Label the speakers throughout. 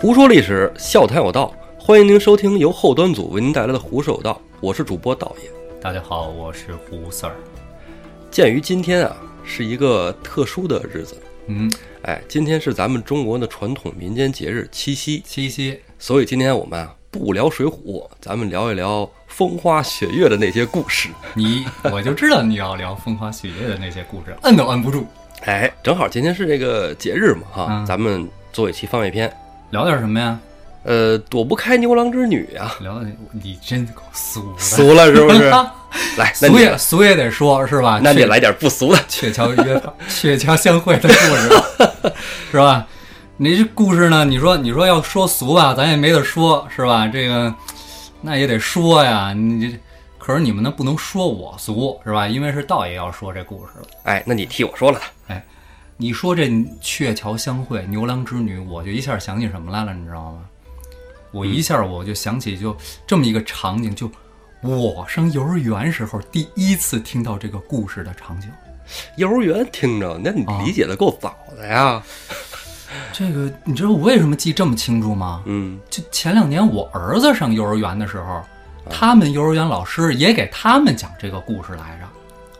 Speaker 1: 胡说历史，笑谈有道，欢迎您收听由后端组为您带来的《胡说有道》，我是主播道爷。
Speaker 2: 大家好，我是胡 Sir。
Speaker 1: 鉴于今天啊是一个特殊的日子，
Speaker 2: 嗯，
Speaker 1: 哎，今天是咱们中国的传统民间节日七夕，
Speaker 2: 七夕，
Speaker 1: 所以今天我们啊不聊《水浒》，咱们聊一聊风花雪月的那些故事。
Speaker 2: 你我就知道你要聊风花雪月的那些故事，摁都摁不住。
Speaker 1: 哎，正好今天是这个节日嘛，哈，
Speaker 2: 嗯
Speaker 1: 咱们做一期番外篇。
Speaker 2: 聊点什么呀？
Speaker 1: 呃，躲不开牛郎织女啊，
Speaker 2: 聊点你真够俗的，啊
Speaker 1: 俗了是 不是？ 来，那
Speaker 2: 俗
Speaker 1: 你
Speaker 2: 也俗也得说，是吧？
Speaker 1: 那你
Speaker 2: 鹊
Speaker 1: 来点不俗的。
Speaker 2: 鹊桥约法鹊桥相会的故事，是吧？你这故事呢？你说你说要说俗吧，咱也没得说，是吧？这个那也得说呀。你这可是你们呢，不能说我俗，是吧？因为是道爷要说这故事了。
Speaker 1: 哎，那你替我说了它。
Speaker 2: 哎你说这鹊桥相会、牛郎织女，我就一下想起什么来了，你知道吗？
Speaker 1: 嗯
Speaker 2: 我一下我就想起就这么一个场景，就我上幼儿园时候第一次听到这个故事的场景。
Speaker 1: 幼儿园听着，那你理解的够早的
Speaker 2: 啊
Speaker 1: 呀。
Speaker 2: 这个你知道我为什么记这么清楚吗？
Speaker 1: 嗯，
Speaker 2: 就前两年我儿子上幼儿园的时候，
Speaker 1: 啊
Speaker 2: 他们幼儿园老师也给他们讲这个故事来着。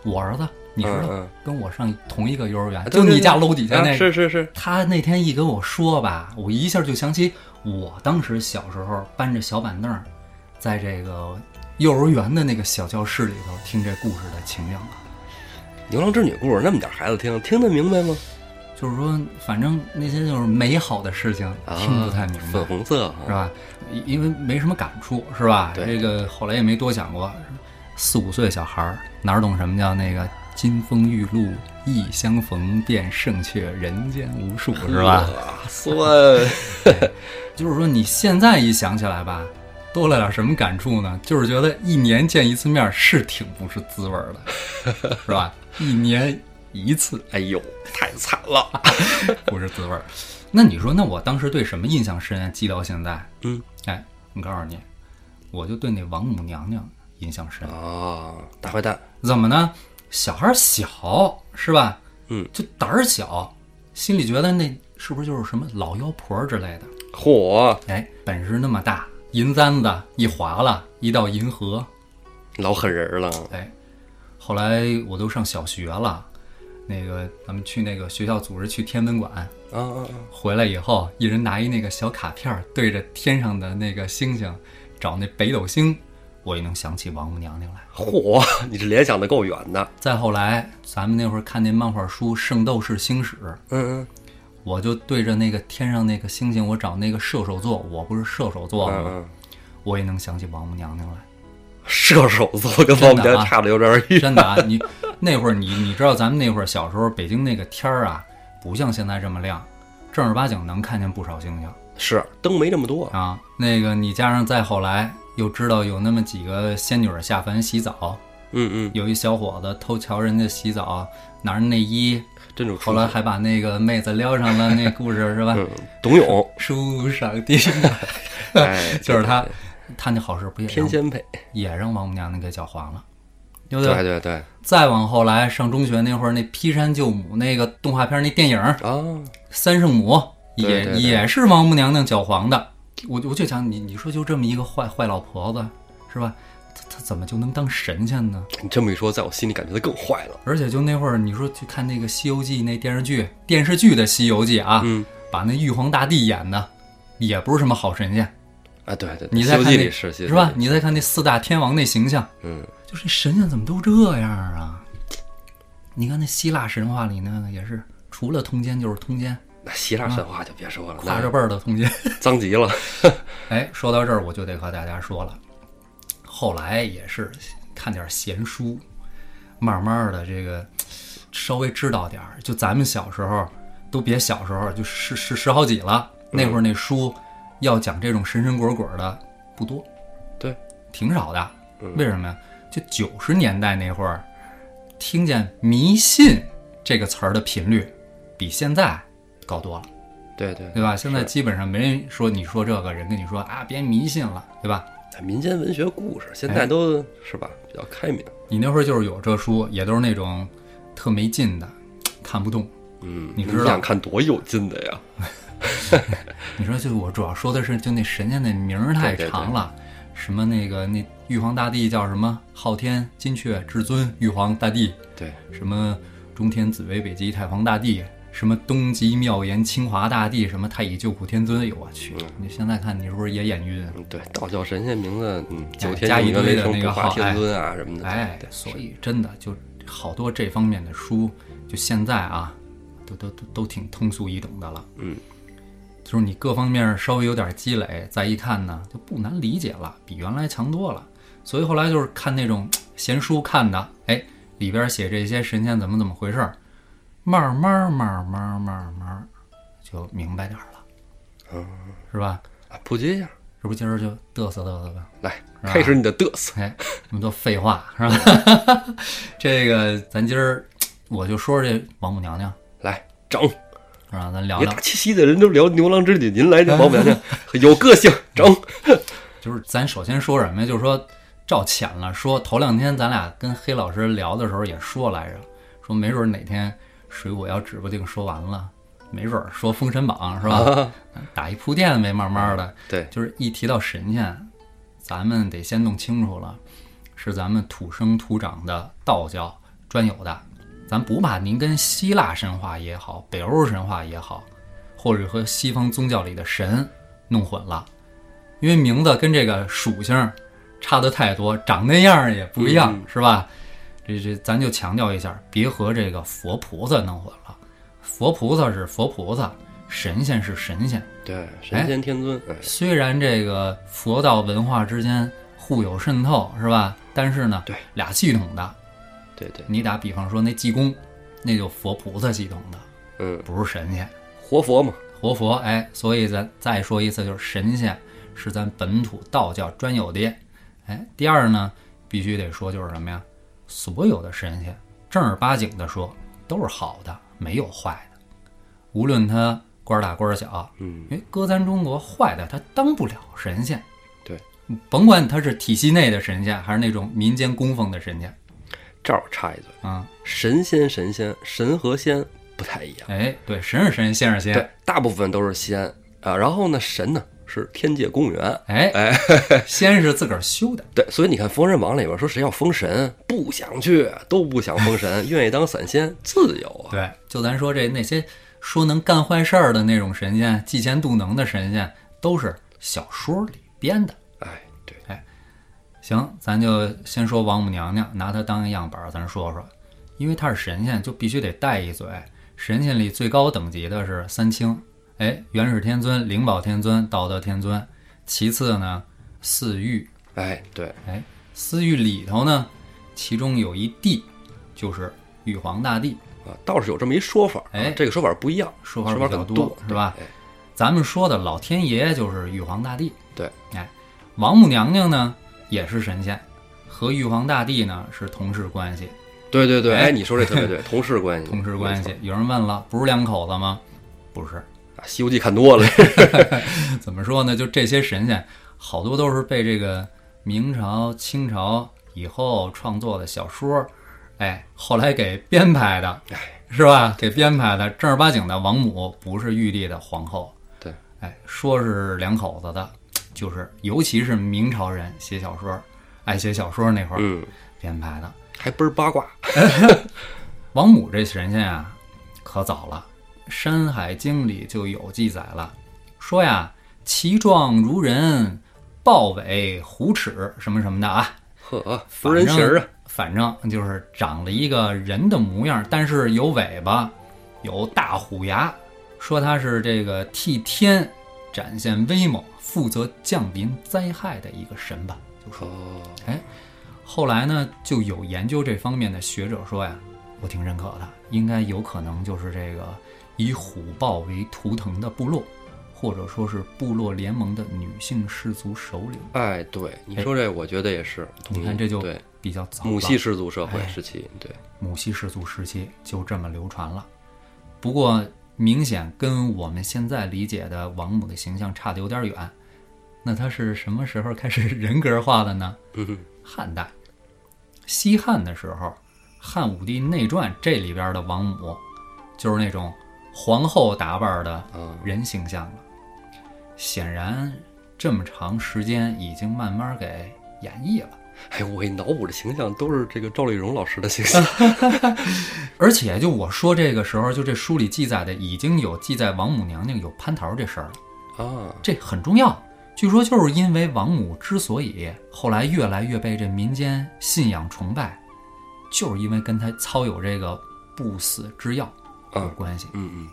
Speaker 2: 我儿子，你知道，
Speaker 1: 嗯嗯
Speaker 2: 跟我上同一个幼儿园，
Speaker 1: 对
Speaker 2: 就
Speaker 1: 对
Speaker 2: 你家
Speaker 1: 对
Speaker 2: 楼底下
Speaker 1: 啊
Speaker 2: 那个，
Speaker 1: 是是是，
Speaker 2: 他那天一跟我说吧，我一下就想起我当时小时候搬着小板凳儿，在这个幼儿园的那个小教室里头听这故事的情景了。
Speaker 1: 牛郎织女故事那么点孩子听，听得明白吗？
Speaker 2: 就是说，反正那些就是美好的事情
Speaker 1: 啊，
Speaker 2: 听不太明白，
Speaker 1: 粉红色啊
Speaker 2: 是吧？因为没什么感触，是吧？
Speaker 1: 对
Speaker 2: 这个后来也没多想过。四五岁小孩儿哪儿懂什么叫那个金风玉露一相逢，便胜却人间无数，是吧？
Speaker 1: 哇算，
Speaker 2: 就是说你现在一想起来吧，多了点什么感触呢？就是觉得一年见一次面是挺不是滋味 儿的，是吧？一年一次
Speaker 1: 哎呦，太惨了。
Speaker 2: 不是滋味儿。那你说，那我当时对什么印象深啊？记到现在，
Speaker 1: 嗯，
Speaker 2: 哎，我告诉你，我就对那王母娘娘印象深。
Speaker 1: 啊，大坏蛋，
Speaker 2: 怎么呢？小孩儿小是吧？
Speaker 1: 嗯，
Speaker 2: 就胆儿小，心里觉得那是不是就是什么老妖婆儿之类的？
Speaker 1: 嚯，
Speaker 2: 哎，本事那么大，银簪子一划拉，一到银河，
Speaker 1: 老狠人了。
Speaker 2: 哎，后来我都上小学了，那个咱们去那个学校组织去天文馆，
Speaker 1: 啊啊啊！
Speaker 2: 回来以后，一人拿一那个小卡片儿，对着天上的那个星星找那北斗星，我也能想起王母娘娘来。
Speaker 1: 嚯，你这联想的够远的。
Speaker 2: 再后来，咱们那会儿看那漫画书《圣斗士星矢》，
Speaker 1: 嗯
Speaker 2: 我就对着那个天上那个星星，我找那个射手座，我不是射手
Speaker 1: 嗯
Speaker 2: 座
Speaker 1: 嗯
Speaker 2: 吗？
Speaker 1: 嗯，
Speaker 2: 我也能想起王母娘娘来。
Speaker 1: 射手座跟王母
Speaker 2: 真
Speaker 1: 娘
Speaker 2: 的啊
Speaker 1: 差的有 点远。
Speaker 2: 真的啊，你那会儿你你知道咱们那会儿小时候北京那个天儿啊，不像现在这么亮，正儿八经能看见不少星星
Speaker 1: 是灯没这么多。
Speaker 2: 啊。那个你加上再后来又知道有那么几个仙女儿下凡洗澡，
Speaker 1: 嗯嗯，
Speaker 2: 有一小伙子偷瞧人家洗澡，拿着内衣，
Speaker 1: 真主出
Speaker 2: 后来还把那个妹子撩上了，那故事是吧？
Speaker 1: 嗯，董 永，
Speaker 2: 书上的，
Speaker 1: 哎，
Speaker 2: 就是他，他那好事不也
Speaker 1: 天
Speaker 2: 让
Speaker 1: 仙配。
Speaker 2: 也让王母娘娘给搅黄了，对不
Speaker 1: 对
Speaker 2: 对？
Speaker 1: 对对
Speaker 2: 再往后来，上中学那会儿，那劈山救母那个动画片那电影《
Speaker 1: 啊，
Speaker 2: 三圣母》也
Speaker 1: 对对对
Speaker 2: 也是王母娘娘搅黄的。我我就想你，你说就这么一个坏坏老婆子，是吧？她她怎么就能当神仙呢？
Speaker 1: 你这么一说，在我心里感觉它更坏了。
Speaker 2: 而且就那会儿，你说去看那个《西游记》那电视剧，电视剧的《西游记》啊，
Speaker 1: 嗯
Speaker 2: 把那玉皇大帝演的也不是什么好神仙，
Speaker 1: 啊，对对，对
Speaker 2: 你
Speaker 1: 西
Speaker 2: 再
Speaker 1: 游
Speaker 2: 看
Speaker 1: 记》
Speaker 2: 那
Speaker 1: 里是
Speaker 2: 是吧？？你再看那四大天王那形象，
Speaker 1: 嗯，
Speaker 2: 就是神仙怎么都这样啊？你看那希腊神话里呢，也是除了通奸就是通奸，
Speaker 1: 那希腊神话就别说了，
Speaker 2: 跨着
Speaker 1: 那
Speaker 2: 辈儿的通奸。
Speaker 1: 脏极了。
Speaker 2: 哎，说到这儿，我就得和大家说了，后来也是看点闲书，慢慢的这个稍微知道点儿。就咱们小时候，都别小时候，就十十十好几了，那
Speaker 1: 嗯
Speaker 2: 会儿那书要讲这种神神鬼鬼的不多，
Speaker 1: 对，
Speaker 2: 挺少的
Speaker 1: 嗯。
Speaker 2: 为什么呀？就九十年代那会儿，听见“迷信”这个词儿的频率比现在高多了。
Speaker 1: 对对，
Speaker 2: 对吧？现在基本上没人说你说这个人跟你说啊，别迷信了，对吧？
Speaker 1: 在民间文学故事现在
Speaker 2: 哎
Speaker 1: 都是吧，比较开明。
Speaker 2: 你那会儿就是有这书，也都是那种特没劲的，看不懂。
Speaker 1: 嗯，
Speaker 2: 你知道
Speaker 1: 想看多有劲的呀？
Speaker 2: 你说，就我主要说的是，就那神仙那名儿太
Speaker 1: 对对对
Speaker 2: 长了，什么那个那玉皇大帝叫什么？昊天、金阙、至尊、玉皇大帝，
Speaker 1: 对，
Speaker 2: 什么中天紫薇、北极太皇大帝，什么东极妙言清华大帝，什么太乙救苦天尊。哎呦我去，你现在看你是不是也眼晕？啊
Speaker 1: 嗯对，道教神仙名字，嗯，九
Speaker 2: 哎加
Speaker 1: 天
Speaker 2: 一
Speaker 1: 应元
Speaker 2: 堆
Speaker 1: 雷
Speaker 2: 的
Speaker 1: 霆
Speaker 2: 那
Speaker 1: 不
Speaker 2: 个
Speaker 1: 化
Speaker 2: 号哎
Speaker 1: 天尊啊什么的，
Speaker 2: 哎
Speaker 1: 对，，
Speaker 2: 所以真的就好多这方面的书，就现在啊，都都都都挺通俗易懂的了。
Speaker 1: 嗯，
Speaker 2: 就是你各方面稍微有点积累，再一看呢，就不难理解了，比原来强多了。所以后来就是看那种闲书看的，哎，里边写这些神仙怎么怎么回事儿，慢慢慢慢慢慢就明白点儿了，是吧？
Speaker 1: 啊普及一下，
Speaker 2: 这不今儿就嘚瑟嘚瑟呗。
Speaker 1: 来
Speaker 2: 吧
Speaker 1: 开始你的嘚瑟，
Speaker 2: 哎，那么多废话是吧？ 这个咱今儿我就说说这王母娘娘，
Speaker 1: 来整，
Speaker 2: 是吧？咱聊
Speaker 1: 别
Speaker 2: 聊
Speaker 1: 大，气息的人都聊牛郎织女，您来这王母娘 娘有个性，整，
Speaker 2: 嗯就是咱首先说什么呀？就是说照浅了说，头两天咱俩跟黑老师聊的时候也说来着，说没准哪天水果要指不定说完了，没准儿说《封神榜》是吧？
Speaker 1: 啊
Speaker 2: 打一铺垫呗，慢慢的，
Speaker 1: 对，
Speaker 2: 就是一提到神仙，咱们得先弄清楚了，是咱们土生土长的道教专有的。咱不把您跟希腊神话也好，北欧神话也好，或者和西方宗教里的神弄混了，因为名字跟这个属性差的太多，长那样儿也不一样，是吧？这这，咱就强调一下，别和这个佛菩萨弄混了。佛菩萨是佛菩萨，神仙是神仙，
Speaker 1: 对，神仙天尊，哎
Speaker 2: 虽然这个佛道文化之间互有渗透，是吧？但是呢，
Speaker 1: 对
Speaker 2: 俩系统的，
Speaker 1: 对对，
Speaker 2: 你打比方说那济公，那就佛菩萨系统的，
Speaker 1: 嗯，
Speaker 2: 不是神仙，
Speaker 1: 活佛嘛，
Speaker 2: 活佛。哎，所以咱再说一次，就是神仙是咱本土道教专有的。哎，第二呢，必须得说就是什么呀？所有的神仙正儿八经的说都是好的，没有坏的，无论他官儿大官儿小，
Speaker 1: 嗯，
Speaker 2: 因为搁咱哎中国坏的他当不了神仙，
Speaker 1: 对，
Speaker 2: 甭管他是体系内的神仙，还是那种民间供奉的神仙
Speaker 1: 这儿我插一嘴，
Speaker 2: 啊、
Speaker 1: 神仙神仙神和仙不太一样，
Speaker 2: 哎，对，神是神，仙是仙，
Speaker 1: 对，大部分都是仙啊，然后呢，神呢是天界公务员。
Speaker 2: 哎哎，仙是自个儿修的，
Speaker 1: 对，所以你看《封神榜》里边说谁要封神，不想去，都不想封 神，愿意当散仙，自由啊。
Speaker 2: 对，就咱说这那些说能干坏事儿的那种神仙，嫉贤妒能的神仙，都是小说里编的。
Speaker 1: 哎，对，
Speaker 2: 行，咱就先说王母娘娘，拿她当个样板儿，咱说说，因为她是神仙，就必须得带一嘴。神仙里最高等级的是三清，哎，元始天尊、灵宝天尊、道德天尊，其次呢四御，
Speaker 1: 哎，对，
Speaker 2: 哎，四御里头呢，其中有一帝就是玉皇大帝，
Speaker 1: 啊，倒是有这么一说法，
Speaker 2: 哎
Speaker 1: 啊，这个说法不一样，
Speaker 2: 说
Speaker 1: 法
Speaker 2: 法
Speaker 1: 说
Speaker 2: 比较
Speaker 1: 很
Speaker 2: 多
Speaker 1: 多，
Speaker 2: 是吧
Speaker 1: 对？哎
Speaker 2: 咱们说的老天爷就是玉皇大帝，
Speaker 1: 对，
Speaker 2: 哎，王母娘娘呢也是神仙，和玉皇大帝呢是同事关系。
Speaker 1: 对对对，
Speaker 2: 哎
Speaker 1: 哎，你说这特别 对，同事关系，
Speaker 2: 同事关
Speaker 1: 嗯没
Speaker 2: 系
Speaker 1: 错。
Speaker 2: 有人问了，不是两口子吗？不是，
Speaker 1: 啊，《西游记》看多了，
Speaker 2: 怎么说呢？就这些神仙，好多都是被这个明朝、清朝以后创作的小说，哎，后来给编排的，
Speaker 1: 哎
Speaker 2: 是吧？给编排的，正儿八经的王母不是玉帝的皇后，
Speaker 1: 对，
Speaker 2: 哎，说是两口子的，就是尤其是明朝人写小说，爱写小说那会儿
Speaker 1: 嗯，
Speaker 2: 编排的。
Speaker 1: 还倍儿八卦，
Speaker 2: 王母这神仙啊，可早了，《山海经》里就有记载了，说呀，其状如人，豹尾虎齿，什么什么的啊，
Speaker 1: 呵，服人形儿啊，
Speaker 2: 反正就是长了一个人的模样，但是有尾巴，有大虎牙，说他是这个替天展现威猛，负责降临灾害的一个神吧，就说。
Speaker 1: 哦，
Speaker 2: 后来呢，就有研究这方面的学者说呀，我挺认可的，应该有可能就是这个以虎豹为图腾的部落，或者说是部落联盟的女性氏族首领。
Speaker 1: 哎，对，你说这，我觉得也是，同
Speaker 2: 你
Speaker 1: 意
Speaker 2: 看这就
Speaker 1: 对
Speaker 2: 比较早了，
Speaker 1: 母系氏族社会
Speaker 2: 哎
Speaker 1: 时期，对，
Speaker 2: 母系氏族时期就这么流传了。不过明显跟我们现在理解的王母的形象差的有点远。那她是什么时候开始 人格化的呢？
Speaker 1: 嗯哼，
Speaker 2: 汉代，西汉的时候，《汉武帝内传》这里边的王母，就是那种皇后打扮的
Speaker 1: 啊，
Speaker 2: 人形象了。显然，这么长时间已经慢慢给演绎了，
Speaker 1: 哎，我一脑补的形象都是这个赵丽蓉老师的形 象
Speaker 2: 而且就我说这个时候，就这书里记载的已经有记载王母娘娘有蟠桃这事儿了，
Speaker 1: 啊，
Speaker 2: 这很重要。据说就是因为王母之所以后来越来越被这民间信仰崇拜，就是因为跟她操有这个不死之药有
Speaker 1: 啊
Speaker 2: 关系。
Speaker 1: 嗯嗯，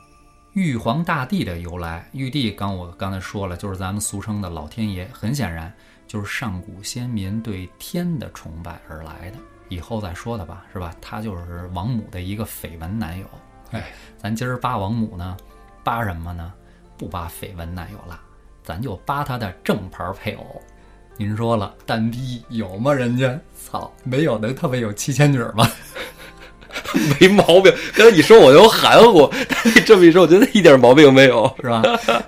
Speaker 2: 玉皇大帝的由来，玉帝刚我刚才说了，就是咱们俗称的老天爷，很显然就是上古先民对天的崇拜而来的。以后再说他吧，是吧？他就是王母的一个绯闻男友。
Speaker 1: 哎，
Speaker 2: 咱今儿扒王母呢，扒什么呢？不扒绯闻男友了，咱就扒他的正牌配偶。您说了，单逼有吗？人家操，没有能他妈有七仙女吗？
Speaker 1: 没毛病。刚才你说我又含糊，但你这么一说，我觉得一点毛病没有，
Speaker 2: 是吧？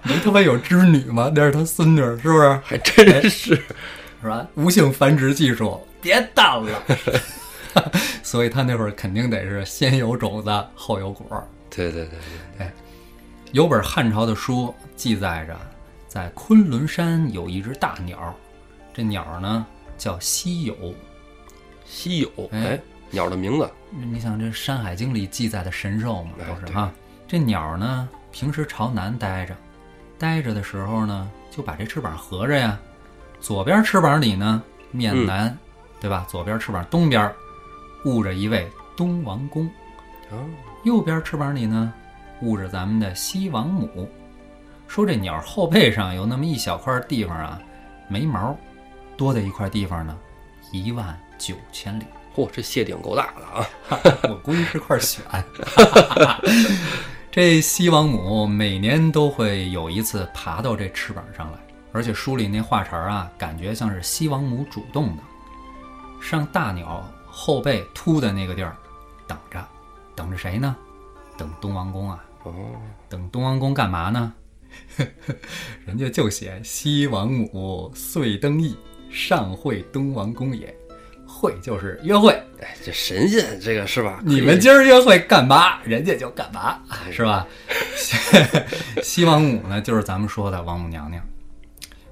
Speaker 2: 没他妈有织女吗？那是他孙女，是不是？
Speaker 1: 还真是。
Speaker 2: 是吧？无性繁殖技术，别蛋了。 所以他那会儿肯定得是先有种子后有果儿。
Speaker 1: 对对对
Speaker 2: 有本汉朝的书记载着，在昆仑山有一只大鸟，这鸟呢叫稀有。
Speaker 1: 对，稀有，
Speaker 2: 哎
Speaker 1: 哎，鸟的名字，
Speaker 2: 你想这《山海经》里记载的神兽嘛，
Speaker 1: 哎
Speaker 2: 都是
Speaker 1: 对
Speaker 2: 哈。这鸟呢，平时朝南待着，待着的时候呢，就把这翅膀合着呀，左边翅膀里呢面
Speaker 1: 嗯
Speaker 2: 南，对吧？左边翅膀东边，捂着一位东王公，
Speaker 1: 啊，
Speaker 2: 右边翅膀里呢捂着咱们的西王母。说这鸟后背上有那么一小块地方啊，没毛，多的一块地方呢，一万九千里。
Speaker 1: 嚯，这蟹顶够大的啊！
Speaker 2: 我估计是块癣。这西王母每年都会有一次爬到这翅膀上来，而且书里那画茬儿啊，感觉像是西王母主动的，上大鸟后背突的那个地儿等着，等着谁呢？等东王公啊！
Speaker 1: 哦，
Speaker 2: 等东王公干嘛呢？ 人家就写西王母遂登翼，上会东王公也。会就是约会，
Speaker 1: 哎，这神仙这个是吧？
Speaker 2: 你们今儿约会干嘛，人家就干嘛，是吧？西西王母呢，就是咱们说的王母娘娘。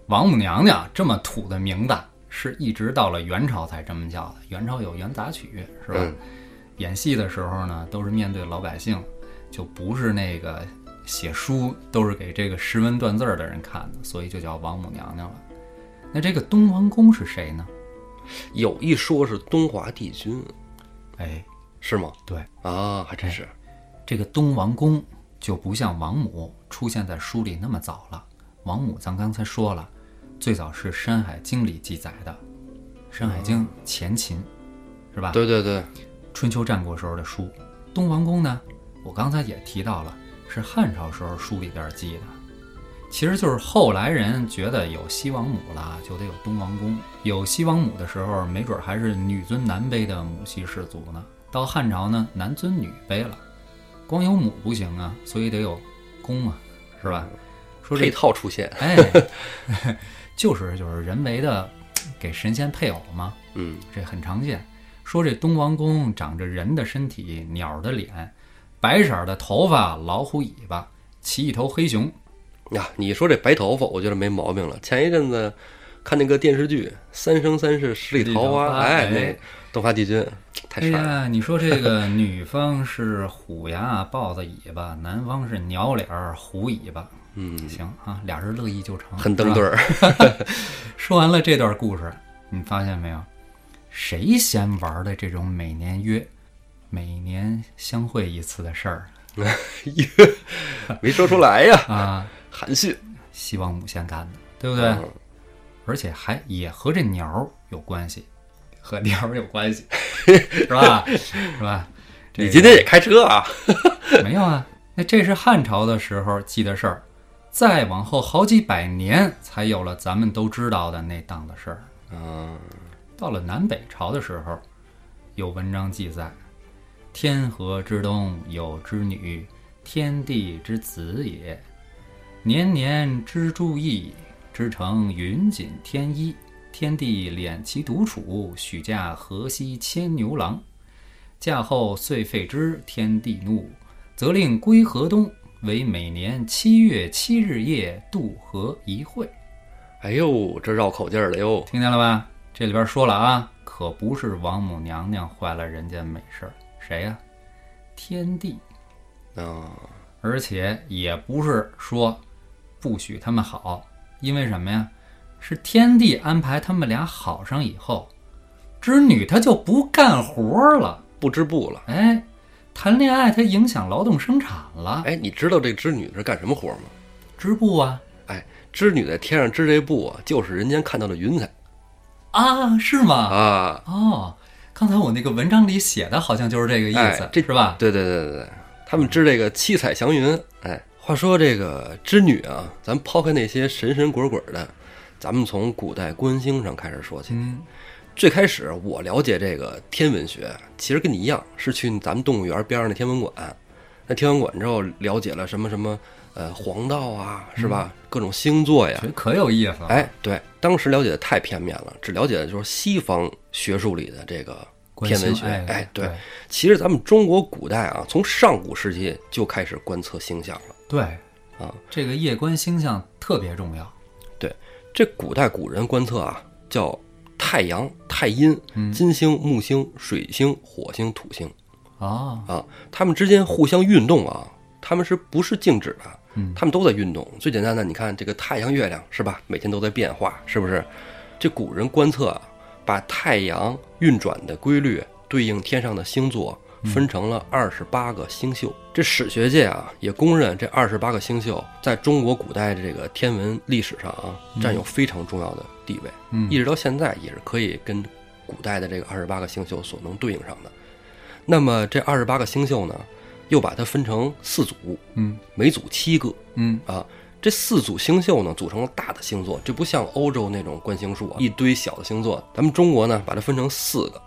Speaker 2: 王母娘娘这么土的名字，是一直到了元朝才这么叫的。元朝有元杂曲，是吧？
Speaker 1: 嗯
Speaker 2: 演戏的时候呢，都是面对老百姓，就不是那个写书，都是给这个识文断字儿的人看的，所以就叫王母娘娘了。那这个东王公是谁呢？
Speaker 1: 可以有一说是东华帝君，
Speaker 2: 哎，
Speaker 1: 是吗？
Speaker 2: 对，哎
Speaker 1: 啊，还真是。
Speaker 2: 这个东王公就不像王母出现在书里那么早了。王母咱刚才说了，最早是《山海经》里记载的，《山海经》前秦，是吧？
Speaker 1: 对对对，
Speaker 2: 春秋战国时候的书。东王公呢，我刚才也提到了，是汉朝时候书里边记的。其实就是后来人觉得有西王母了，就得有东王公。有西王母的时候，没准还是女尊男卑的母系氏族呢。到汉朝呢，男尊女卑了，光有母不行啊，所以得有公啊，是吧？说
Speaker 1: 配
Speaker 2: 这
Speaker 1: 套出现，
Speaker 2: 哎， 就是就是人为的给神仙配偶嘛。
Speaker 1: 嗯，
Speaker 2: 这很常见。说这东王公长着人的身体、鸟的脸、白色的头发、老虎尾巴，骑一头黑熊。
Speaker 1: 呀、啊你说这白头发，我觉得没毛病了。前一阵子看那个电视剧《三生三世十里桃花》，
Speaker 2: 哎
Speaker 1: 哎，那东华帝君太
Speaker 2: 哎
Speaker 1: 帅了，
Speaker 2: 呀，你说这个女方是虎牙豹子尾巴，男方是鸟脸儿虎尾巴，
Speaker 1: 嗯，
Speaker 2: 行啊，俩人乐意就成，
Speaker 1: 很登对
Speaker 2: 是吧。
Speaker 1: 儿。
Speaker 2: 说完了这段故事，你发现没有？谁先玩的这种每年约、每年相会一次的事儿
Speaker 1: 没说出来呀，
Speaker 2: 啊？
Speaker 1: 含蓄。
Speaker 2: 西王母先干的，对不对？
Speaker 1: 嗯
Speaker 2: 而且还也和这鸟儿有关系， 和鸟儿有关系， 是吧？是 吧？这
Speaker 1: 你今天也开车啊？
Speaker 2: 没有啊？那这是汉朝的时候记的事儿，再往后好几百年才有了咱们都知道的那档子事儿。
Speaker 1: 啊，
Speaker 2: 到了南北朝的时候，有文章记载：“天河之东有之女，天地之子也。年年之注意，织成云锦天衣。天地敛其独处，许嫁河西牵牛郎。嫁后遂废之，天地怒，责令归河东。为每年七月七日夜渡河一会。
Speaker 1: 哎呦，这绕口劲儿了哟！
Speaker 2: 听见了吧？这里边说了啊，可不是王母娘娘坏了人间美事儿，谁呀、天帝。
Speaker 1: 啊，
Speaker 2: 而且也不是说不许他们好，因为什么呀？是天帝安排他们俩好上以后，织女她就不干活了，
Speaker 1: 不织布了。
Speaker 2: 哎，谈恋爱它影响劳动生产了，
Speaker 1: 哎，你知道这织女是干什么活吗？
Speaker 2: 织布啊
Speaker 1: 哎，织女在天上织这布啊，就是人间看到的云彩
Speaker 2: 啊，是吗？
Speaker 1: 啊。
Speaker 2: 哦，刚才我那个文章里写的好像就是这个意思，
Speaker 1: 哎这
Speaker 2: 是吧？
Speaker 1: 对对对对对，他们织这个七彩祥云。哎，话说这个织女啊，咱抛开那些神神鬼鬼的，咱们从古代观星上开始说起。
Speaker 2: 嗯，
Speaker 1: 最开始我了解这个天文学，其实跟你一样，是去咱们动物园边上的天文馆。那天文馆之后，了解了什么什么，呃，黄道啊，是吧？各种星座呀
Speaker 2: 觉，得可有意思了。
Speaker 1: 哎，对，当时了解的太片面了，只了解的就是西方学术里的这个
Speaker 2: 关
Speaker 1: 天
Speaker 2: 心，
Speaker 1: 文学。
Speaker 2: 哎
Speaker 1: 哎，对
Speaker 2: 对，
Speaker 1: 其实咱们中国古代啊，从上古时期就开始观测星象了。
Speaker 2: 对
Speaker 1: 啊，
Speaker 2: 这个夜观星象特别重要。
Speaker 1: 对，这古代古人观测啊，叫太阳、太阴、
Speaker 2: 嗯
Speaker 1: 金星、木星、水星、火星、土星
Speaker 2: 哦，
Speaker 1: 啊，它们之间互相运动啊，它们是不是静止的？
Speaker 2: 嗯
Speaker 1: 它们都在运动。最简单的，你看这个太阳、月亮是吧？每天都在变化，是不是？这古人观测啊，把太阳运转的规律对应天上的星座，分成了二十八个星宿。这史学界啊也公认，这二十八个星宿在中国古代的这个天文历史上啊，占有非常重要的地位。
Speaker 2: 嗯
Speaker 1: 一直到现在也是可以跟古代的这个二十八个星宿所能对应上的。那么这二十八个星宿呢，又把它分成四组，
Speaker 2: 嗯
Speaker 1: 每组七个
Speaker 2: 嗯，
Speaker 1: 啊。这四组星宿呢，组成了大的星座，这不像欧洲那种观星术啊，一堆小的星座。咱们中国呢，把它分成四个，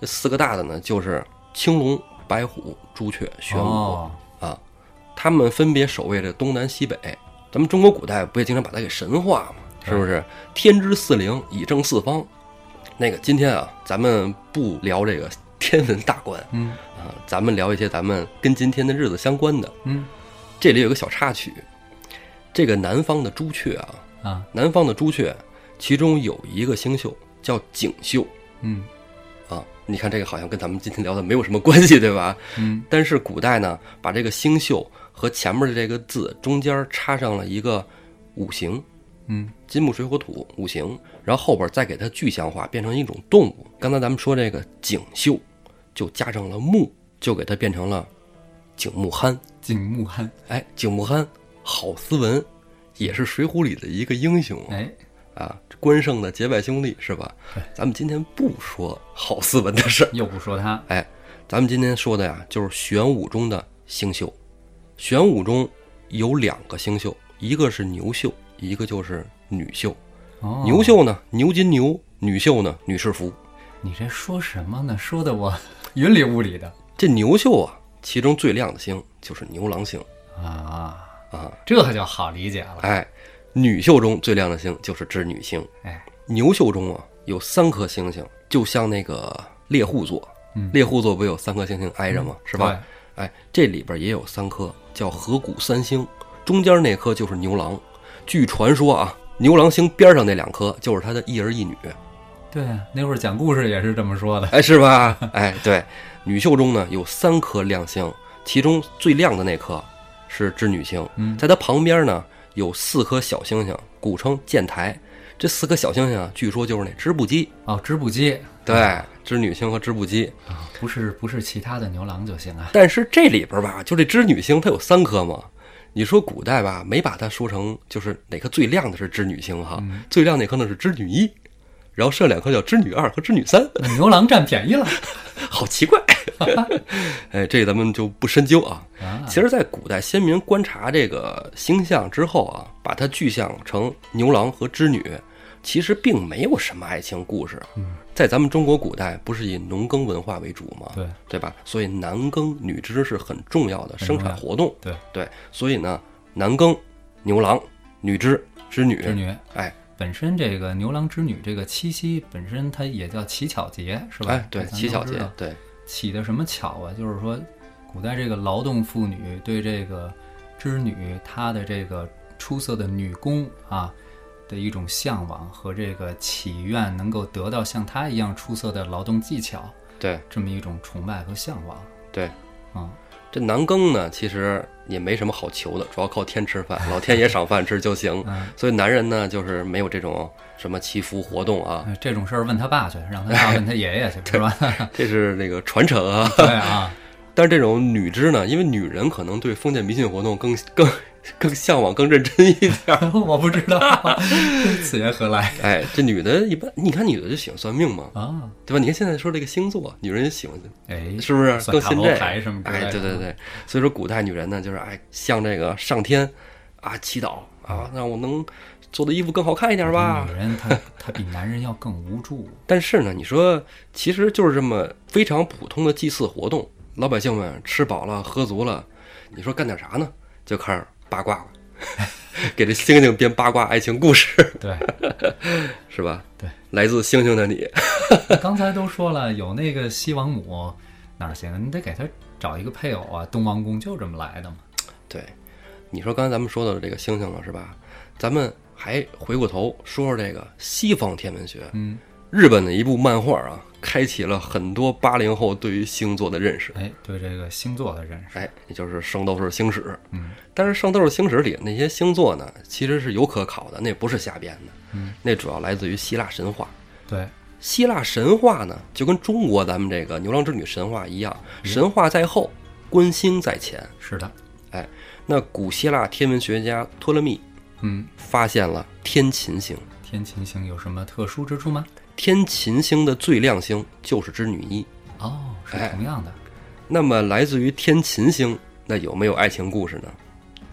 Speaker 1: 这四个大的呢就是青龙、白虎、朱雀、玄武、
Speaker 2: 哦，
Speaker 1: 啊，他们分别守卫着东南西北。咱们中国古代不也经常把它给神化吗？是不是？天之四灵，以正四方。那个，今天啊，咱们不聊这个天文大观
Speaker 2: 嗯
Speaker 1: 啊，咱们聊一些咱们跟今天的日子相关的。
Speaker 2: 嗯
Speaker 1: 这里有个小插曲，这个南方的朱雀啊，
Speaker 2: 啊
Speaker 1: 南方的朱雀，其中有一个星宿叫景宿
Speaker 2: 嗯
Speaker 1: 啊。你看这个好像跟咱们今天聊的没有什么关系，对吧？
Speaker 2: 嗯
Speaker 1: 但是古代呢，把这个星宿和前面的这个字中间插上了一个五行，
Speaker 2: 嗯
Speaker 1: 金木水火土五行，然后后边再给它具象化，变成一种动物。刚才咱们说这个景宿，就加上了木，就给它变成了景木憨。
Speaker 2: 景木憨，
Speaker 1: 哎，景木憨好斯文，也是《水浒》里的一个英雄
Speaker 2: 哎，
Speaker 1: 啊，关胜的结拜兄弟是吧？咱们今天不说好斯文的事儿，
Speaker 2: 又不说他，
Speaker 1: 哎，咱们今天说的呀，就是玄武中的星宿。玄武中有两个星宿，一个是牛宿，一个就是女宿。
Speaker 2: 哦，
Speaker 1: 牛宿呢，牛金牛；女宿呢，女士服。
Speaker 2: 你这说什么呢？说的我 云里雾里的
Speaker 1: 这牛宿啊，其中最亮的星就是牛郎星
Speaker 2: 啊，
Speaker 1: 啊。
Speaker 2: 这就好理解了。
Speaker 1: 哎，女宿中最亮的星就是织女星。
Speaker 2: 哎，
Speaker 1: 牛宿中啊，有三颗星星，就像那个猎户座，
Speaker 2: 嗯
Speaker 1: 猎户座不有三颗星星挨着吗？是吧？哎，这里边也有三颗，叫合谷三星，中间那颗就是牛郎。据传说啊，牛郎星边上那两颗就是他的一儿一女，
Speaker 2: 对啊，那会儿讲故事也是这么说的。
Speaker 1: 哎，是吧？ 哎，对，女宿中呢有三颗亮星，其中最亮的那颗是织女星，
Speaker 2: 嗯
Speaker 1: 在它旁边呢有四颗小星星，古称箭台。这四颗小星星啊，据说就是那织布机，
Speaker 2: 哦，织布机
Speaker 1: 对，织女星和织布机。
Speaker 2: 啊，不是不是其他的牛郎就行啊。
Speaker 1: 但是这里边吧，就这织女星它有三颗嘛。你说古代吧，没把它说成就是哪颗最亮的是织女星哈，最亮那颗呢是织女一，然后剩两颗叫织女二和织女三，
Speaker 2: 那牛郎占便宜了
Speaker 1: 好奇怪。哎，这咱们就不深究啊。
Speaker 2: 啊，
Speaker 1: 其实，在古代先民观察这个星象之后啊，把它具象成牛郎和织女，其实并没有什么爱情故事。在咱们中国古代，不是以农耕文化为主吗？
Speaker 2: 对
Speaker 1: 对吧？所以男耕女织是很重要的生产活动。
Speaker 2: 对，
Speaker 1: 对，所以呢，男耕牛郎，女织织女。
Speaker 2: 织女
Speaker 1: 哎
Speaker 2: 本身这个牛郎织女这个七夕本身它也叫乞巧节是吧？
Speaker 1: 哎，对，
Speaker 2: 咱都
Speaker 1: 乞巧
Speaker 2: 知
Speaker 1: 节
Speaker 2: 道，
Speaker 1: 对
Speaker 2: 起的什么巧啊？就是说，古代这个劳动妇女对这个织女她的这个出色的女工啊的一种向往和这个祈愿，能够得到像她一样出色的劳动技巧，
Speaker 1: 对
Speaker 2: 这么一种崇拜和向往。
Speaker 1: 对，
Speaker 2: 嗯，
Speaker 1: 这男耕呢，其实也没什么好求的，主要靠天吃饭，老天爷赏饭吃就 行。
Speaker 2: 嗯
Speaker 1: 所以男人呢，就是没有这种什么祈福活动 啊，
Speaker 2: 哎这种事儿问他爸去，让他爸问他爷爷去，是吧？
Speaker 1: 这是那个传承啊。
Speaker 2: 对啊，
Speaker 1: 但是这种女织呢，因为女人可能对封建迷信活动更更更向往、更认真一 点。
Speaker 2: 我不知道， 此言何来
Speaker 1: 哎，这女的一般，你看女的就喜欢算命嘛，
Speaker 2: 啊？
Speaker 1: 对吧？你看现在说这个星座，女人也喜欢，
Speaker 2: 哎，
Speaker 1: 是不是
Speaker 2: 算
Speaker 1: 更
Speaker 2: 塔
Speaker 1: 信
Speaker 2: 罗
Speaker 1: 这？
Speaker 2: 牌什么之类的嗯
Speaker 1: 哎，对对对，所以说古代女人呢，就是哎向这个上天啊祈祷
Speaker 2: 嗯
Speaker 1: 啊，让我能做的衣服更好看一点吧
Speaker 2: 女。人她她比男人要更 无助，
Speaker 1: 但是呢，你说其实就是这么非常普通的祭祀活动，老百姓们吃饱了喝足了，你说干点啥呢？就开始八卦了， 给这星星编八卦爱情故事，
Speaker 2: 对。
Speaker 1: 是吧？
Speaker 2: 对，
Speaker 1: 来自星星的你，
Speaker 2: 刚才都说了，有那个西王母哪儿行？你得给她找一个配偶啊，东王公就这么来的嘛。
Speaker 1: 对，你说刚才咱们说到这个星星了是吧？咱们还回过头说说这个西方天文学，
Speaker 2: 嗯，
Speaker 1: 日本的一部漫画啊，开启了很多八零后对于星座的认识。
Speaker 2: 哎，对这个星座的认识，
Speaker 1: 哎，也就是《圣斗士星矢》。
Speaker 2: 嗯，
Speaker 1: 但是《圣斗士星矢》里那些星座呢，其实是有可考的，那不是瞎编的。
Speaker 2: 嗯，
Speaker 1: 那主要来自于希腊神话。
Speaker 2: 对，
Speaker 1: 希腊神话呢，就跟中国咱们这个牛郎织女神话一样，
Speaker 2: 嗯
Speaker 1: 神话在后，观星在前。
Speaker 2: 是的，
Speaker 1: 哎，那古希腊天文学家托勒密
Speaker 2: 嗯，
Speaker 1: 发现了天琴星。
Speaker 2: 天琴星有什么特殊之处吗？
Speaker 1: 天琴星的最亮星就是织女一。
Speaker 2: 哦，是
Speaker 1: 哎
Speaker 2: 同样的，
Speaker 1: 那么，来自于天琴星，那有没有爱情故事呢？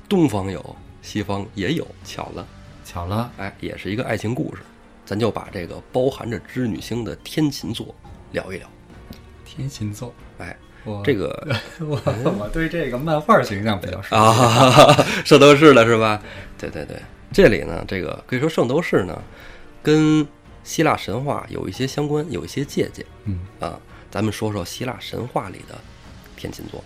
Speaker 1: 东方有，西方也有，巧了，
Speaker 2: 巧了，
Speaker 1: 哎，也是一个爱情故事。咱就把这个包含着织女星的天琴座聊一聊。
Speaker 2: 天琴座，
Speaker 1: 哎，
Speaker 2: 我
Speaker 1: 这个
Speaker 2: 我我对这个漫画形象比较熟，
Speaker 1: 啊， 哈哈哈圣斗士了是吧？对对对，这里呢，这个可以说圣斗士呢，跟希腊神话有一些相关，有一些借鉴。
Speaker 2: 嗯，
Speaker 1: 啊，咱们说说希腊神话里的天琴座。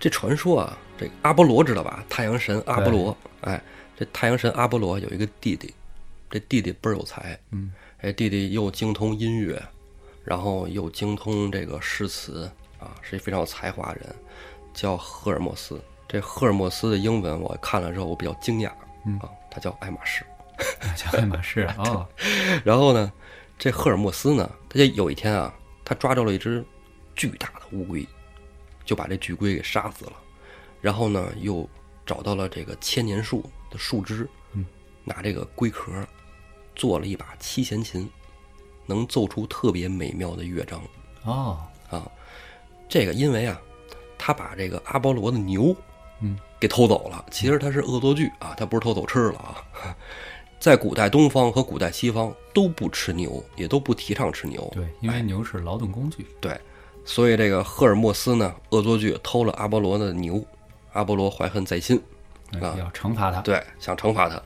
Speaker 1: 这传说啊，这个阿波罗知道吧？太阳神阿波罗，哎，这太阳神阿波罗有一个弟弟，这弟弟倍儿有才，
Speaker 2: 嗯，
Speaker 1: 哎，弟弟又精通音乐，然后又精通这个诗词啊，是一非常有才华的人，叫赫尔墨斯。这赫尔墨斯的英文我看了之后，我比较惊讶，
Speaker 2: 嗯
Speaker 1: 啊，他叫爱马仕。
Speaker 2: 哎小爱马仕哦，
Speaker 1: 然后呢，这赫尔墨斯呢，他就有一天啊，他抓着了一只巨大的乌龟，就把这巨龟给杀死了。然后呢，又找到了这个千年树的树枝，
Speaker 2: 嗯，
Speaker 1: 拿这个龟壳做了一把七弦琴，能奏出特别美妙的乐章
Speaker 2: 哦，
Speaker 1: 啊。这个因为啊，他把这个阿波罗的牛
Speaker 2: 嗯，
Speaker 1: 给偷走了。其实它是恶作剧啊，它不是偷走吃了啊。 在古代东方和古代西方都不吃牛，也都不提倡吃牛。
Speaker 2: 对，因为牛是劳动工具，
Speaker 1: 对，所以这个赫尔墨斯呢，恶作剧偷了阿波罗的牛，阿波罗怀恨在心，
Speaker 2: 哎
Speaker 1: 啊
Speaker 2: 要惩罚他，
Speaker 1: 对，想惩罚他。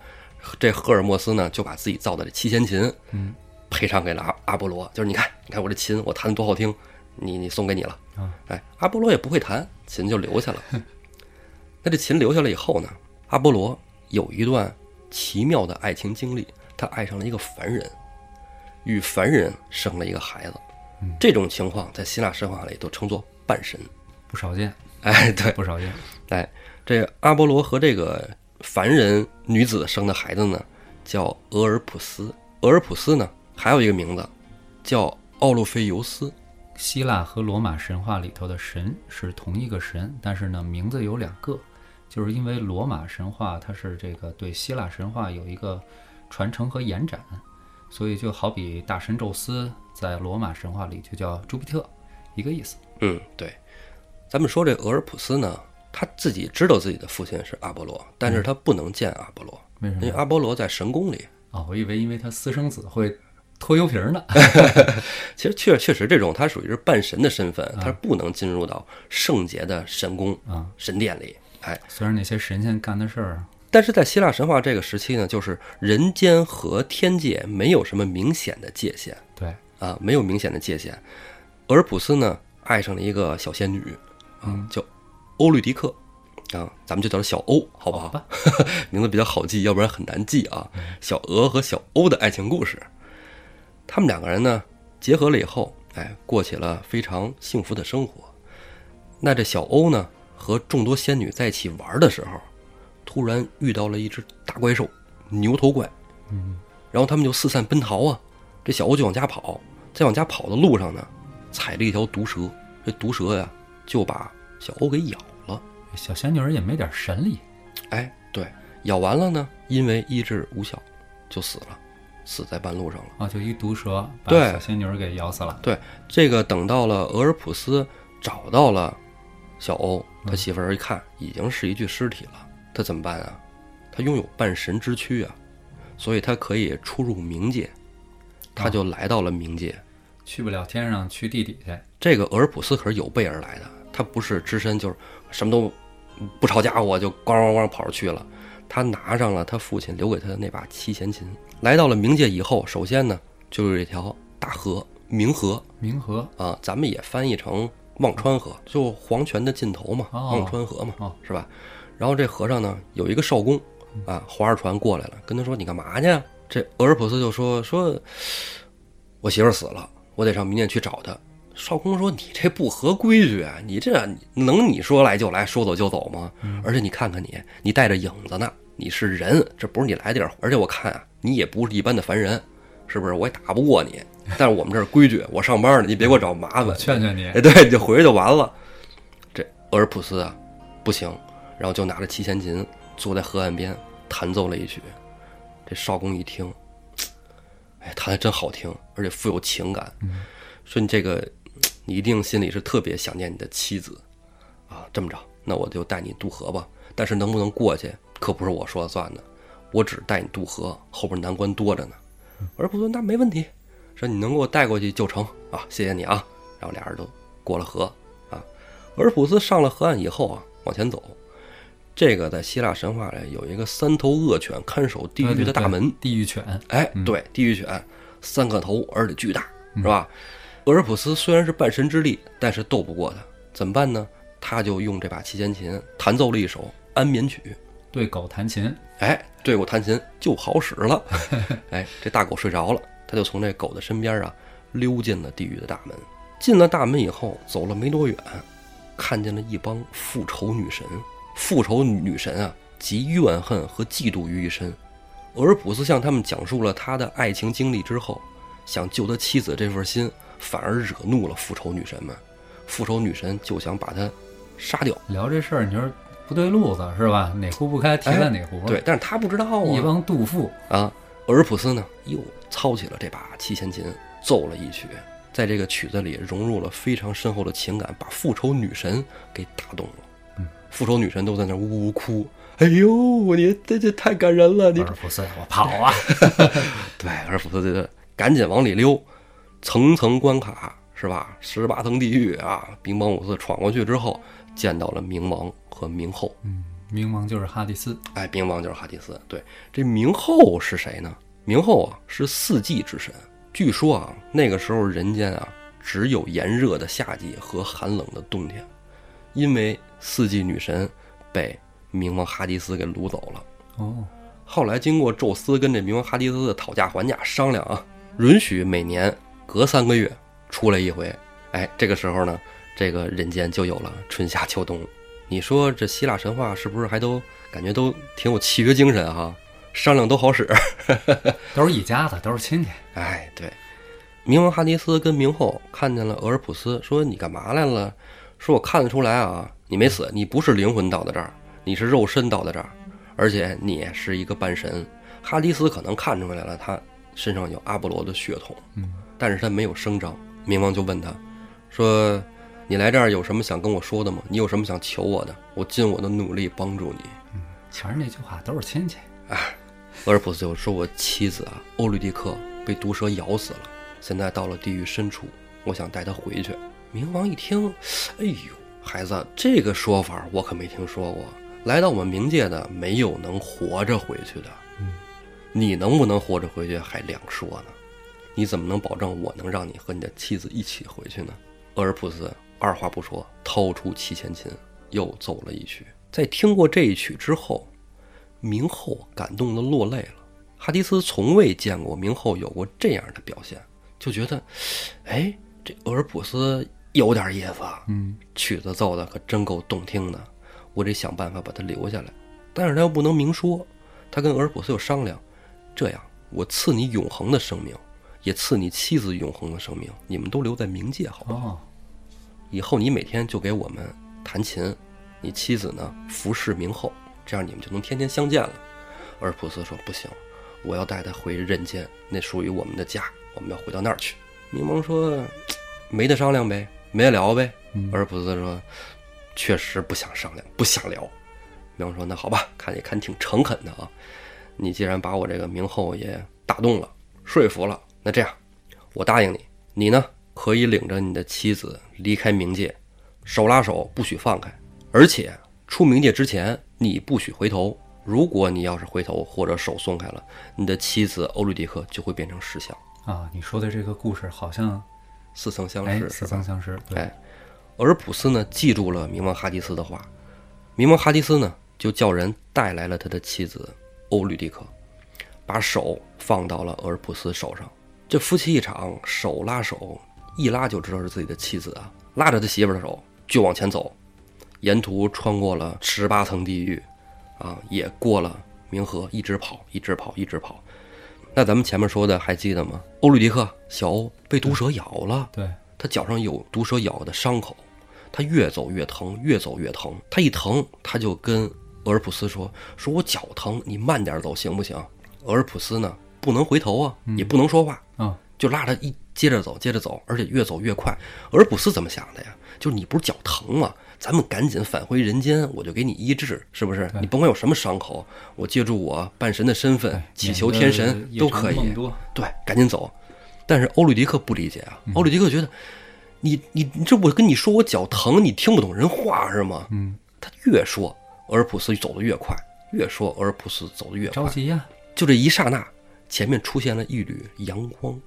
Speaker 1: 这赫尔墨斯呢，就把自己造的这七弦琴
Speaker 2: 嗯，
Speaker 1: 赔偿给了阿阿波罗，就是你看，你看我这琴我弹的多好听，你你送给你了。
Speaker 2: 啊，
Speaker 1: 哎，阿波罗也不会弹，琴就留下了。 那这琴留下来以后呢，阿波罗有一段奇妙的爱情经历，他爱上了一个凡人，与凡人生了一个孩子
Speaker 2: 嗯。
Speaker 1: 这种情况在希腊神话里都称作半神。
Speaker 2: 不少见，
Speaker 1: 哎，对，
Speaker 2: 不少见，
Speaker 1: 哎，这阿波罗和这个凡人女子生的孩子呢，叫俄尔普斯。俄尔普斯呢，还有一个名字叫奥洛菲尤斯。
Speaker 2: 希腊和罗马神话里头的神是同一个神，但是呢，名字有两个，就是因为罗马神话它是这个对希腊神话有一个传承和延展，所以就好比大神宙斯在罗马神话里就叫朱庇特，一个意思。
Speaker 1: 嗯，对。咱们说这俄尔普斯呢，他自己知道自己的父亲是阿波罗，但是他不能见阿波罗，
Speaker 2: 为什
Speaker 1: 因
Speaker 2: 么
Speaker 1: 为
Speaker 2: 呀？
Speaker 1: 阿波罗在神宫里。
Speaker 2: 啊、我以为因为他私生子会拖油瓶呢。
Speaker 1: 其实确确实这种他属于是半神的身份，他是不能进入到圣洁的神宫、
Speaker 2: 啊
Speaker 1: 神殿里。哎，
Speaker 2: 虽然那些神仙干的事儿，
Speaker 1: 但是在希腊神话这个时期呢，就是人间和天界没有什么明显的界限
Speaker 2: 对，
Speaker 1: 啊，没有明显的界限。俄尔普斯呢，爱上了一个小仙女啊，叫欧律狄克。啊，咱们就叫它小欧，好不好？
Speaker 2: 吧
Speaker 1: 名字比较好记，要不然很难记啊。小娥和小欧的爱情故事，他们两个人呢结合了以后，哎，过起了非常幸福的生活。那这小欧呢和众多仙女在一起玩的时候，突然遇到了一只大怪兽牛头怪，然后他们就四散奔逃啊。这小欧就往家跑，在往家跑的路上呢，踩了一条毒蛇，这毒蛇呀就把小欧给咬了。
Speaker 2: 小仙女儿也没点神力，
Speaker 1: 哎，对，咬完了呢，因为医治无效，就死了，死在半路上了。
Speaker 2: 啊，就一毒蛇把
Speaker 1: 对
Speaker 2: 小仙女儿给咬死了。
Speaker 1: 对，这个等到了俄尔普斯找到了小欧，他媳妇儿一看，已经是一具尸体了，他怎么办啊？他拥有半神之躯啊，所以他可以出入冥界，他就来到了冥界。
Speaker 2: 去不了天上，去地底去。
Speaker 1: 这个俄尔普斯可是有备而来的，他不是只身就是什么都不抄家伙就咣咣咣跑出去了。他拿上了他父亲留给他的那把七弦琴，来到了冥界以后，首先呢就是这条大河冥河
Speaker 2: 冥河
Speaker 1: 啊，咱们也翻译成忘川河，就黄泉的尽头嘛，
Speaker 2: 哦
Speaker 1: 忘川河嘛，
Speaker 2: 哦嗯
Speaker 1: 是吧？然后这河上呢有一个少公啊，划着船过来了，跟他说你干嘛去啊？这俄尔普斯就说说，我媳妇儿死了，我得上冥界去找她。少公说：“你这不合规矩啊！你这能你说来就来，说走就走吗？而且你看看你，你带着影子呢，你是人，这不是你来地儿。而且我看啊，你也不是一般的凡人，是不是？我也打不过你。但是我们这儿规矩，我上班呢，你别给我找麻
Speaker 2: 我
Speaker 1: 烦。
Speaker 2: 劝劝你，
Speaker 1: 哎，对，你就回去就完了。这俄尔普斯啊，不行，然后就拿着七弦琴坐在河岸边弹奏了一曲。这少公一听，哎，弹的真好听，而且富有情感。说你这个，你一定心里是特别想念你的妻子啊。这么着，那我就带你渡河吧。但是能不能过去，可不是我说了算的。我只带你渡河，后边难关多着呢。而不说那没问题，说你能给我带过去就成啊，谢谢你啊。然后俩人都过了河啊。俄尔普斯上了河岸以后啊，往前走。这个在希腊神话里有一个三头恶犬看守地狱的大门，
Speaker 2: 对对对地狱犬，
Speaker 1: 哎，对，地狱犬，三个头，而且巨大，是吧？俄尔普斯虽然是半神之力，但是斗不过他，怎么办呢？他就用这把七弦琴弹奏了一首《安眠曲》，
Speaker 2: 对狗弹琴，
Speaker 1: 哎，对我弹琴就好使了。哎，这大狗睡着了，他就从这狗的身边啊溜进了地狱的大门。进了大门以后，走了没多远，看见了一帮复仇女神。复仇女神啊，集怨恨和嫉妒于一身。俄尔普斯向他们讲述了他的爱情经历之后，想救他妻子这份心，反而惹怒了复仇女神们。复仇女神就想把他杀掉，
Speaker 2: 聊这事儿，你说不对路子是吧？哪壶不开提
Speaker 1: 哎
Speaker 2: 在哪壶。
Speaker 1: 对，，但是他不知道啊。
Speaker 2: 一帮妒妇，
Speaker 1: 啊，俄尔普斯呢又操起了这把七弦琴，奏了一曲，在这个曲子里融入了非常深厚的情感，把复仇女神给打动了。复仇女神都在那呜呜哭，哎呦，你这这太感人了！你
Speaker 2: 尔普斯，我跑啊！
Speaker 1: 对，俄尔普斯这赶紧往里溜，层层关卡是吧？十八层地狱啊！冰王五四闯过去之后，见到了冥王和冥后，
Speaker 2: 嗯，冥王就是哈迪斯，
Speaker 1: 哎，冥王就是哈迪斯。对，这冥后是谁呢？冥后啊是四季之神。据说啊，那个时候人间啊只有炎热的夏季和寒冷的冬天，因为四季女神被冥王哈迪斯给掳走了。
Speaker 2: 哦，
Speaker 1: 后来经过宙斯跟这冥王哈迪斯的讨价还价商量啊，允许每年隔三个月出来一回。哎，这个时候呢，这个人间就有了春夏秋冬。你说这希腊神话是不是还都感觉都挺有契约精神啊？商量都好使。
Speaker 2: 都是一家子，都是亲戚。
Speaker 1: 哎，对，冥王哈迪斯跟冥后看见了俄尔普斯，说你干嘛来了？说我看得出来啊，你没死，你不是灵魂倒在这儿，你是肉身倒在这儿，而且你是一个半神。哈迪斯可能看出来了，他身上有阿波罗的血统，
Speaker 2: 嗯，
Speaker 1: 但是他没有声张。冥王就问他，说你来这儿有什么想跟我说的吗？你有什么想求我的？我尽我的努力帮助你。
Speaker 2: 全是那句话，都是亲戚。
Speaker 1: 俄尔普斯就说：“我妻子啊，欧律狄刻被毒蛇咬死了，现在到了地狱深处，我想带她回去。”冥王一听，哎呦，孩子，这个说法我可没听说过。来到我们冥界的，没有能活着回去的。你能不能活着回去还两说呢？你怎么能保证我能让你和你的妻子一起回去呢？俄尔普斯二话不说，掏出七弦琴，又奏了一曲。在听过这一曲之后，明后感动的落泪了。哈迪斯从未见过明后有过这样的表现，就觉得，哎，这俄尔普斯有点意思啊，
Speaker 2: 嗯，
Speaker 1: 曲子奏的可真够动听的，我得想办法把它留下来。但是他又不能明说，他跟俄尔普斯又商量，这样我赐你永恒的生命，也赐你妻子永恒的生命，你们都留在冥界好不好？
Speaker 2: 哦，
Speaker 1: 以后你每天就给我们弹琴，你妻子呢服侍明后，这样你们就能天天相见了。俄尔普斯说：“不行，我要带她回人间，那属于我们的家，我们要回到那儿去。”柠檬说：“嘖没得商量呗，没得聊呗。俄尔普斯说：“确实不想商量，不想聊。”明王说：“那好吧，看你看挺诚恳的啊，你既然把我这个明后也打动了，说服了，那这样，我答应你，你呢可以领着你的妻子离开冥界，手拉手不许放开，而且出冥界之前你不许回头。如果你要是回头或者手松开了，你的妻子欧律狄刻就会变成石像，
Speaker 2: 啊，你说的这个故事好像
Speaker 1: 似曾相
Speaker 2: 哎
Speaker 1: 识，
Speaker 2: 似曾相识，对，
Speaker 1: 哎，俄尔普斯呢记住了冥王哈迪斯的话，冥王哈迪斯呢就叫人带来了他的妻子欧律狄刻，把手放到了俄尔普斯手上。这夫妻一场，手拉手，一拉就知道是自己的妻子啊，拉着他媳妇儿的手就往前走，沿途穿过了十八层地狱，啊，也过了冥河，一直跑，一直跑，一直跑。那咱们前面说的还记得吗？欧律狄刻小欧被毒蛇咬了，
Speaker 2: 对，
Speaker 1: 他脚上有毒蛇咬的伤口，他越走越疼，越走越疼。他一疼，他就跟俄尔普斯说：“说我脚疼，你慢点走行不行？”俄尔普斯呢，不能回头啊，
Speaker 2: 嗯
Speaker 1: 也不能说话，
Speaker 2: 啊，
Speaker 1: 就拉着一接着走，接着走，而且越走越快。俄尔普斯怎么想的呀？就是你不是脚疼吗？咱们赶紧返回人间，我就给你医治，是不是？你甭管有什么伤口，我借助我半神的身份祈求天神
Speaker 2: 哎免得
Speaker 1: 都
Speaker 2: 夜长
Speaker 1: 可以。
Speaker 2: 梦多
Speaker 1: 对，赶紧走。但是欧律狄刻不理解啊，
Speaker 2: 嗯
Speaker 1: 欧律狄刻觉得你你你这我跟你说我脚疼，你听不懂人话是吗？嗯，他越说俄尔普斯走得越快，越说俄尔普斯走得越快
Speaker 2: 着。急呀，
Speaker 1: 就这一刹那，前面出现了一缕阳光，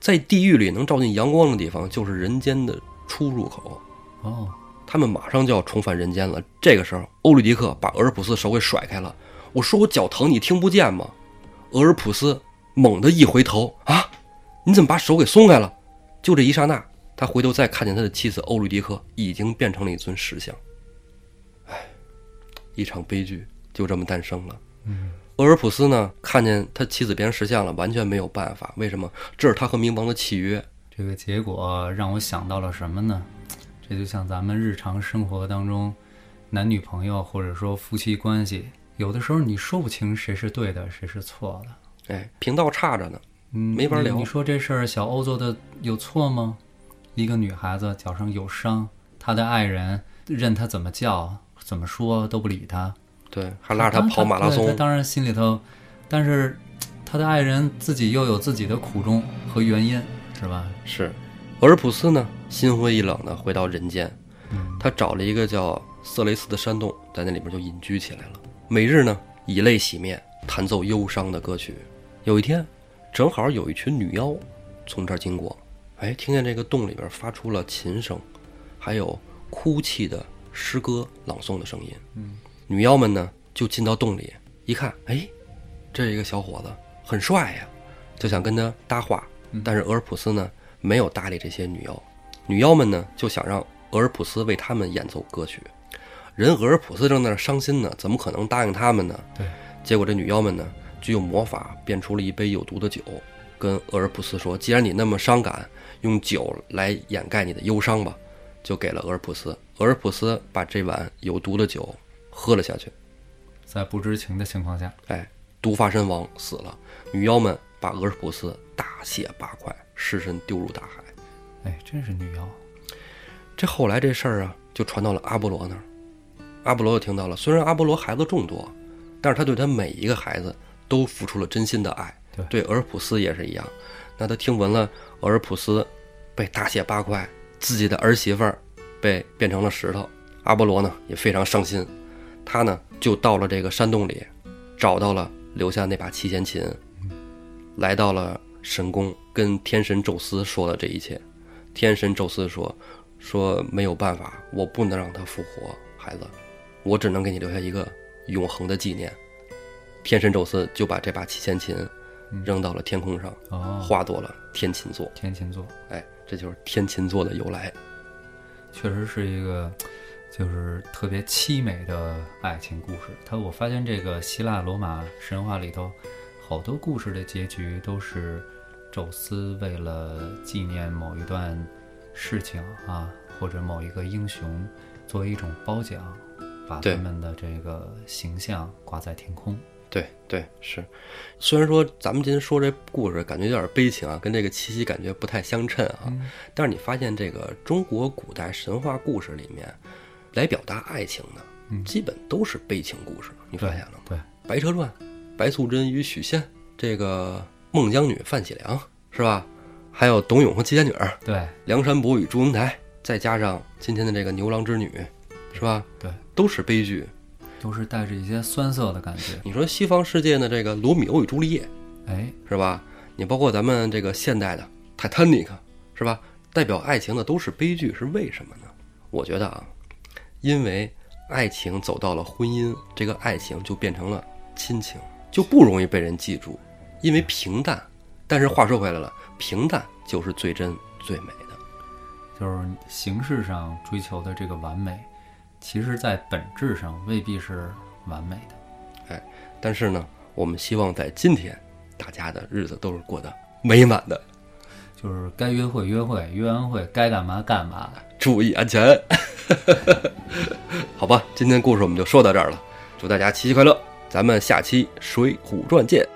Speaker 1: 在地狱里能照进阳光的地方，就是人间的出入口。
Speaker 2: 哦，
Speaker 1: 他们马上就要重返人间了。这个时候，欧律狄刻把俄尔普斯手给甩开了。我说我脚疼，你听不见吗？俄尔普斯猛地一回头，啊，你怎么把手给松开了？就这一刹那，他回头再看见他的妻子欧律狄刻已经变成了一尊石像。哎，一场悲剧就这么诞生了。俄尔普斯呢，看见他妻子变成石像了，完全没有办法。为什么？这是他和冥王的契约。
Speaker 2: 这个结果让我想到了什么呢？这就像咱们日常生活当中，男女朋友或者说夫妻关系，有的时候你说不清谁是对的，谁是错的，
Speaker 1: 哎，频道差着呢。
Speaker 2: 嗯，
Speaker 1: 没法聊
Speaker 2: 你你说这事儿，小欧做的有错吗？一个女孩子脚上有伤，她的爱人任她怎么叫、怎么说都不理她，
Speaker 1: 对，还拉着他
Speaker 2: 当
Speaker 1: 跑马拉
Speaker 2: 对
Speaker 1: 松
Speaker 2: 她。当然心里头，但是她的爱人自己又有自己的苦衷和原因，是吧？
Speaker 1: 是，俄尔普斯呢，心灰意冷的回到人间，他找了一个叫色雷斯的山洞，在那里边就隐居起来了。每日呢，以泪洗面，弹奏忧伤的歌曲。有一天，正好有一群女妖从这儿经过，哎，听见这个洞里边发出了琴声，还有哭泣的诗歌朗诵的声音。嗯，女妖们呢，就进到洞里一看，哎，这一个小伙子很帅呀，就想跟他搭话。但是俄尔普斯呢，没有搭理这些女妖。女妖们呢，就想让俄尔普斯为他们演奏歌曲。人俄尔普斯正在那儿伤心呢，怎么可能答应他们呢？
Speaker 2: 对，
Speaker 1: 结果这女妖们呢，就用魔法变出了一杯有毒的酒，跟俄尔普斯说：“既然你那么伤感，用酒来掩盖你的忧伤吧。”就给了俄尔普斯。俄尔普斯把这碗有毒的酒喝了下去，
Speaker 2: 在不知情的情况下，
Speaker 1: 哎，毒发身亡死了。女妖们把俄尔普斯大卸八块，尸身丢入大海。
Speaker 2: 哎，真是女妖，
Speaker 1: 这后来这事儿啊，就传到了阿波罗那儿。阿波罗就听到了，虽然阿波罗孩子众多，但是他对他每一个孩子都付出了真心的爱。对，俄尔普斯也是一样。那他听闻了俄尔普斯被大卸八块，自己的儿媳妇儿被变成了石头，阿波罗呢也非常伤心。他呢就到了这个山洞里，找到了留下那把七弦琴，来到了神宫，跟天神宙斯说了这一切。天神宙斯说：“说没有办法，我不能让他复活，孩子，我只能给你留下一个永恒的纪念。天神宙斯就把这把七弦琴扔到了天空上，
Speaker 2: 嗯哦，
Speaker 1: 化作了天琴座。
Speaker 2: 天琴座
Speaker 1: 哎，这就是天琴座的由来。
Speaker 2: 确实是一个，就是特别凄美的爱情故事。它我发现这个希腊罗马神话里头，好多故事的结局都是宙斯为了纪念某一段事情啊，或者某一个英雄，作为一种褒奖，把
Speaker 1: 对
Speaker 2: 他们的这个形象挂在天空。
Speaker 1: 对对是，虽然说咱们今天说这故事感觉有点悲情啊，跟这个七夕感觉不太相称啊，
Speaker 2: 嗯
Speaker 1: 但是你发现这个中国古代神话故事里面，来表达爱情的，
Speaker 2: 嗯
Speaker 1: 基本都是悲情故事，你发现了吗？
Speaker 2: 对，
Speaker 1: 《白蛇传》，白素贞与许仙，这个孟姜女范启良是吧？还有董永和七仙女儿，
Speaker 2: 对，
Speaker 1: 梁山伯与祝英台，再加上今天的这个牛郎织女，是吧？
Speaker 2: 对，
Speaker 1: 都是悲剧。
Speaker 2: 都是带着一些酸涩的感觉。
Speaker 1: 你说西方世界的这个罗密欧与朱丽叶，
Speaker 2: 哎，
Speaker 1: 是吧？你包括咱们这个现代的《泰坦尼克》，是吧？代表爱情的都是悲剧，是为什么呢？我觉得啊，因为爱情走到了婚姻，这个爱情就变成了亲情，就不容易被人记住，因为平淡。但是话说回来了，平淡就是最真最美的。
Speaker 2: 就是形式上追求的这个完美，其实在本质上未必是完美的。
Speaker 1: 但是呢，我们希望在今天，大家的日子都是过得美满的，
Speaker 2: 就是该约会约会，约完会该干嘛干嘛。
Speaker 1: 注意安全。 好吧，今天故事我们就说到这儿了，祝大家七夕快乐，咱们下期《水浒传》见。